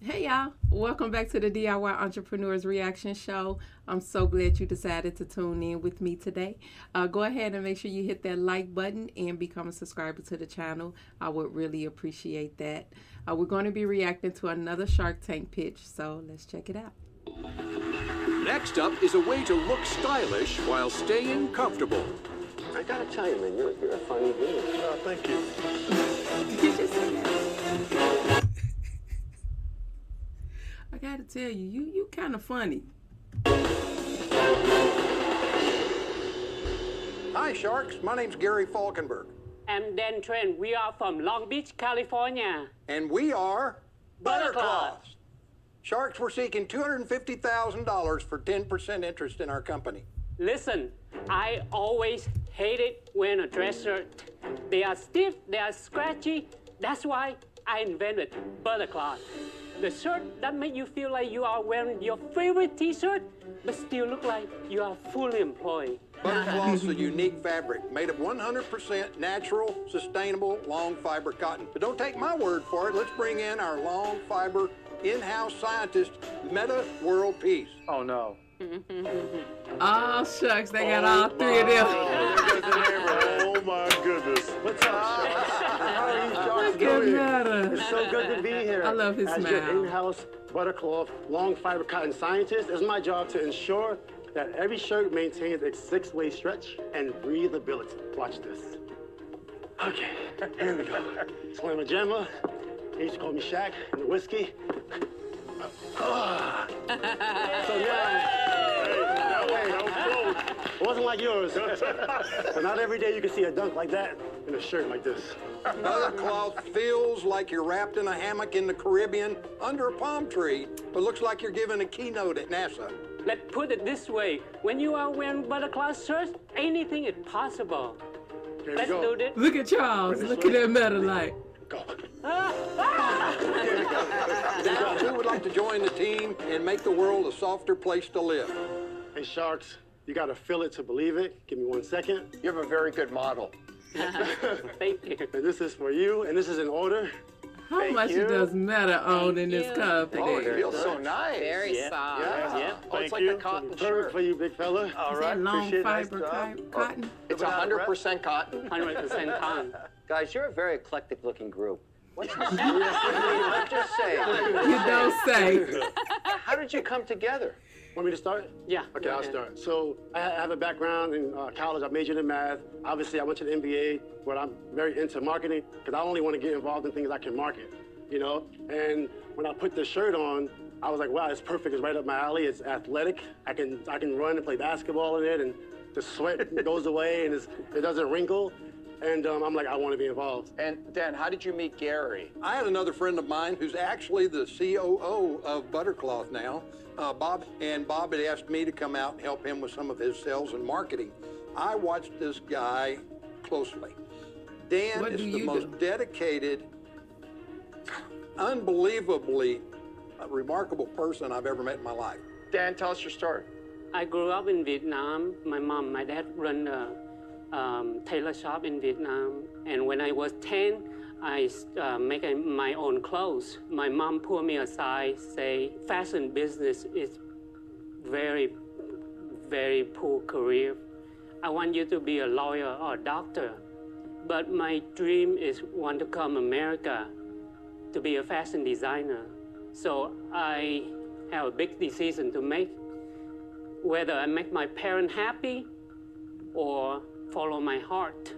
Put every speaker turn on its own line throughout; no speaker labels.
y'all. Welcome back to the DIY Entrepreneurs Reaction Show. I'm so glad you decided to tune in with me today. Uh, go ahead and make sure you hit that like button and become a subscriber to the channel. I would really appreciate that. Uh, we're going to be reacting to another Shark Tank pitch, so let's check it out.
Next up is a way to look stylish while staying comfortable.
I gotta tell you, man, you're, you're a funny dude.
Oh, thank you.
Did you just say that? I gotta tell you, you you kind of funny.
Hi, Sharks. My name's Gary Falkenberg,
I'm Dan Tran. We are from Long Beach, California.
and we are
Buttercloths.
Buttercloths. Sharks, we're seeking $250,000 for 10% interest in our company.
Listen, I always hate it when a dress shirt. They are stiff, they are scratchy. That's why I invented Buttercloth. The shirt that make you feel like you are wearing your favorite t-shirt, but still look like you are fully employed.
Buttercloths is a unique fabric made of 100% natural, sustainable, long fiber cotton. But don't take my word for it. Let's bring in our long fiber in-house scientist, Meta World Peace.
Oh no.
Oh shucks, they got all three of them.
Oh my goodness.
What's up, Sharks? How are you, Sharks?
Look at Meta.
It's so good to be here.
I love his
As
smile.
your in-house buttercloth long fiber cotton scientist, it's my job to ensure that every shirt maintains its six-way stretch and breathability. Watch this. Okay, here we go. Slamma Gemma. They used to call me Shaq and the whiskey. Ah. so now,
That was, that was close.
it wasn't like yours. so not every day you can see a dunk like that in a shirt like this.
Buttercloth feels like you're wrapped in a hammock in the Caribbean under a palm tree, but looks like you're giving a keynote at NASA.
Let's put it this way: when you are wearing Buttercloth shirts, anything is possible.
Here we
Let's
go.
do this.
Look at Charles. Look at that Meta like.
Go.
Now, who would like to join the team and make the world a softer place to live?
Hey, Sharks, you gotta feel it to believe it. Give me one second.
You have a very good model.
Thank you.
And this is for you, and this is in order.
How much
you.
does Meta own in this
you.
Oh, it
company?
feels so nice.
Very soft.
Yeah.
Yeah,
Oh, it's
thank
like
you.
a cotton
Perfect
shirt.
for you, big fella.
Is that long
Appreciate it. Nice
fiber
job.
co- cotton?
Oh.
It's 100% cotton.
100% time.
Guys, you're a very eclectic looking group. What's your story? I'm just saying.
You don't say.
How did you come together?
Want me to start?
Yeah.
Okay, I'll start. So I ha- have a background in uh, college. I majored in math. Obviously, I went to the MBA, where I'm very into marketing because I only want to get involved in things I can market, you know. And when I put this shirt on, I was like, wow, it's perfect. It's right up my alley. It's athletic. I can I can run and play basketball in it, and the sweat goes away and it's, it doesn't wrinkle. And um, I'm like, I want to be involved.
And Dan, how did you meet Gary?
I had another friend of mine who's actually the COO of Buttercloth now, uh, Bob, and Bob had asked me to come out and help him with some of his sales and marketing. I watched this guy closely. Dan
What
is
do
the
you
most
do?
dedicated, unbelievably uh, remarkable person I've ever met in my life.
Dan, tell us your story.
I grew up in Vietnam. My mom, my dad run a um, tailor shop in Vietnam. And when I was 10, I uh, make uh, my own clothes. My mom pulled me aside, say, fashion business is very, very poor career. I want you to be a lawyer or a doctor. But my dream is want to come America to be a fashion designer. So I have a big decision to make whether I make my parent happy or follow my heart.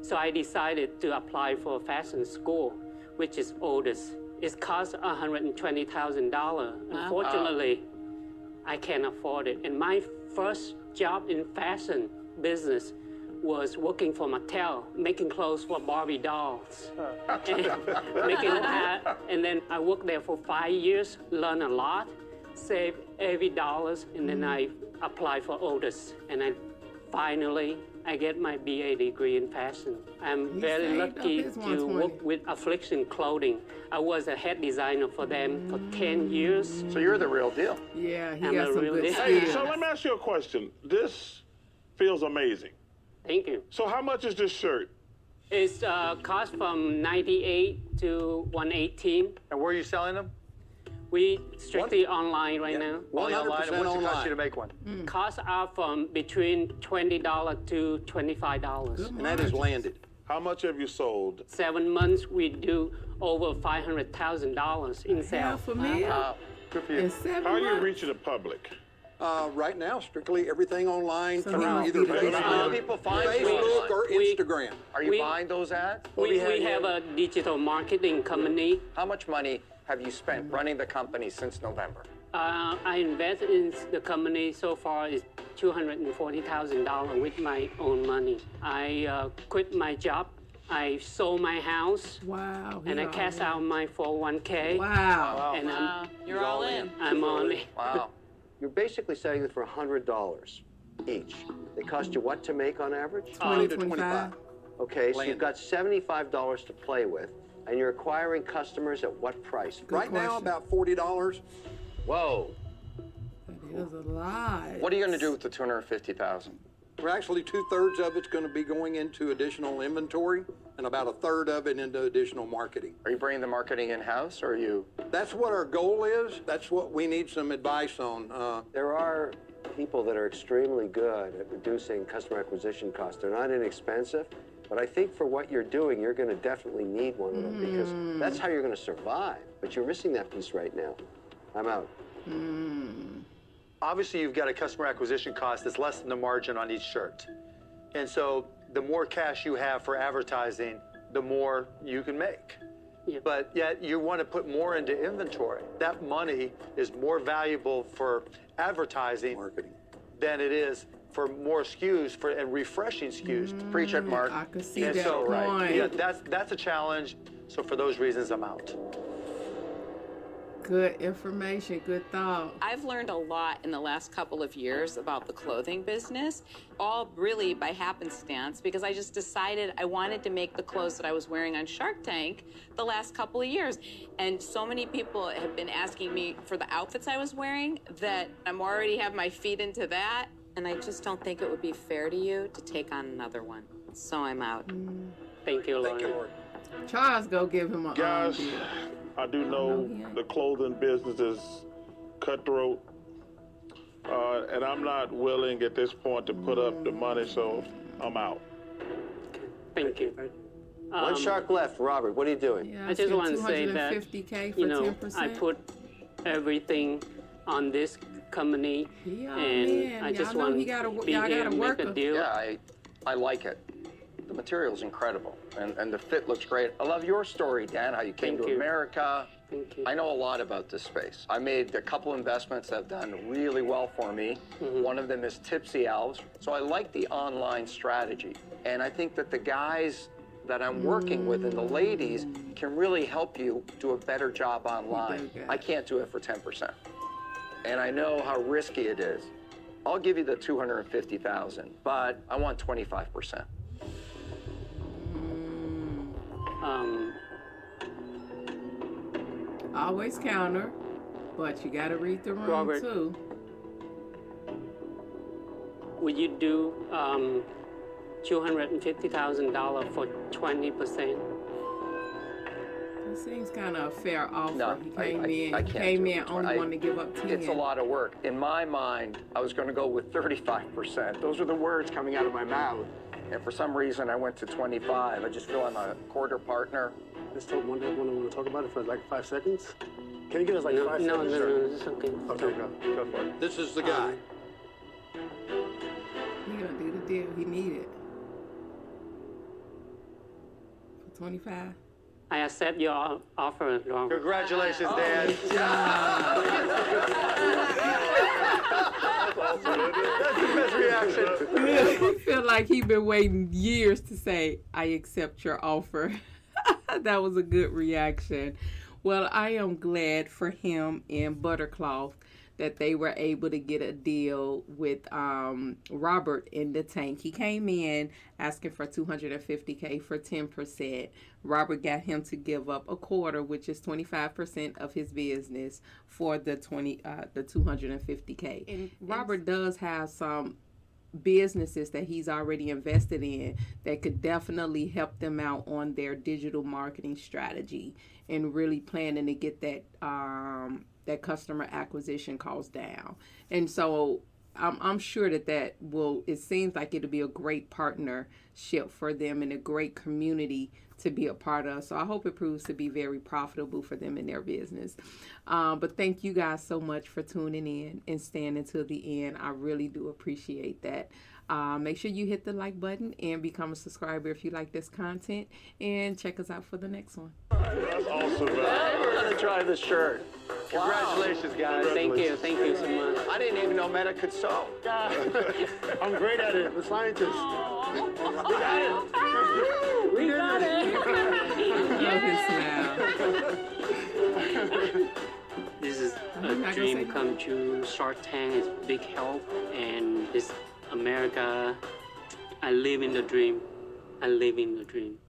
So I decided to apply for fashion school, which is oldest. It cost $120,000. Unfortunately, I can't afford it. And my first job in fashion business was working for Mattel, making clothes for Barbie dolls. and, making hat. and then I worked there for five years, learned a lot, saved every dollars, and then I applied for Otis. And I finally, I get my BA degree in fashion. I'm
He
very
saved up
lucky
his
to
120.
work with Affliction Clothing. I was a head designer for them for
Mm.
10 years.
So you're the real deal.
Yeah, he
I'm
got
a
some
real
good
dick.
Hey,
skills.
so let me ask you a question. This feels amazing.
Thank you.
So how much is this shirt?
It's uh, cost from 98 to 118.
And where are you selling them?
We strictly online right now.
Only online.
100%
And what's it cost
online.
you to make one?
Hmm.
Costs are from between twenty dollar to twenty five dollars.
And that is landed.
How much have you sold?
Seven months we do over five hundred thousand dollars in
Yeah,
sales.
for me,
Wow. Good for you.
in seven
How are you
months.
reaching the public?
Uh, right now, strictly everything online
So he
through
must
either
be the
How do
Facebook,
people find you
Um, Facebook
online?
or
We-
Instagram.
Are you
we-
buying those ads?
we,
What do
we, have
here?
a digital marketing company.
How much money have you spent running the company since November?
Uh, I invest in the company so far is two hundred and forty thousand dollars with my own money. I uh, quit my job. I sold my house.
Wow.
And I
he
cash
Oh, all-
out my 401k.
Wow.
And
Wow, you're all in.
I'm, I'm on it.
Wow.
You're basically selling it for $100 each. They cost you what to make on average?
Uh,
Twenty to
25.
twenty-five.
Okay, so
Landed.
you've got $75 to play with, and you're acquiring customers at what price?
Right now,
question.
about forty dollars.
Whoa.
That is a lot.
What are you going to do with the 250,000?
We're actually two thirds of it's going to be going into additional inventory, and about a third of it into additional marketing.
Are you bringing the marketing in house or are you?
That's what our goal is. That's what we need some advice on. Uh,
There are people that are extremely good at reducing customer acquisition costs. They're not inexpensive, but I think for what you're doing, you're going to definitely need one of them because that's how you're going to survive. But you're missing that piece right now. I'm out.
obviously you've got a customer acquisition cost that's less than the margin on each shirt. And so the more cash you have for advertising, the more you can make.
Yeah.
But yet you want to put more into inventory. That money is more valuable for advertising
Marketing.
than it is for more SKUs for and refreshing SKUs.
Preach it, Mark.
Mm, I could see
And
that
so
point.
yeah, that's that's a challenge. So for those reasons I'm out.
Good information. Good thought.
I've learned a lot in the last couple of years about the clothing business, all really by happenstance, because I just decided I wanted to make the clothes that I was wearing on Shark Tank the last couple of years. And so many people have been asking me for the outfits I was wearing that I'm already have my feet into that. And I just don't think it would be fair to you to take on another one. So I'm out.
Thank you, Lauren.
Charles, go give him a
Guys,
um,
I do know the clothing business is cutthroat, uh, and I'm not willing at this point to put up the money, so I'm out.
Thank you.
One
Um,
shark left. Robert, what are you doing?
yeah,
I just
said
want to say that
250K for
you know
10%.
I put everything on this company,
Yeah,
and
man,
I just
y'all know
want
he gotta-
to be
y'all
here
gotta
and
work
make a
a-
deal.
Yeah, I, I like it. The material's incredible, and, and the fit looks great. I love your story, Dan, how you came
Thank
to
you.
America.
Thank you.
I know a lot about this space. I made a couple investments that have done really well for me.
Mm-hmm.
One of them is Tipsy Elves. So I like the online strategy, and I think that the guys that I'm working with and the ladies can really help you do a better job online.
good.
I can't do it for 10% and I know how risky it is. I'll give you the 250,000, but I want 25%.
um,
Always counter, but you got to read the room
Robert.
too.
would you do um, two hundred and fifty thousand dollars for twenty percent?
It seems kind of a fair offer.
No,
he
I-
came
I-
in,
I
he
can't
came
do
in
it.
only
I-
wanted to give up 10.
It's a lot of work. In my mind, I was going to go with 35%. Those are the words coming out of my mouth. And for some reason, I went to 25. I just feel I'm a quarter partner.
I just don't want to want to talk about it for like five seconds. Can you give us like
No,
five
no, no,
seconds?
no, it's okay.
Okay, go, go for it.
This is the guy.
He gonna do the deal. He needed for 25.
I accept your offer, Robert.
Congratulations, Dan. That's the best reaction.
I feel like he been waiting years to say, I accept your offer. that was a good reaction. Well, I am glad for him and Buttercloth that they were able to get a deal with um, Robert in the tank. He came in asking for 250K for 10%. Robert got him to give up a quarter, which is 25% of his business for the 20 uh, the 250K. Robert does have some businesses that he's already invested in that could definitely help them out on their digital marketing strategy and really planning to get that um, that customer acquisition cost down. And so I'm, I'm sure that that will, it seems like it'll be a great partnership for them and a great community to be a part of. So I hope it proves to be very profitable for them in their business. Um, but thank you guys so much for tuning in and staying until the end. I really do appreciate that. Uh, make sure you hit the like button and become a subscriber if you like this content. And check us out for the next one.
That's awesome, man.
Oh,
We're gonna try the shirt. Congratulations, guys.
Thank you, thank you so much.
I didn't even know Meta could sew.
I'm great at it. I'm a scientist.
We got it.
Love his smile.
This is a
not gonna say
dream
no.
come true. Shark Tank is big help, and it's America. I live in the dream. I live in the dream.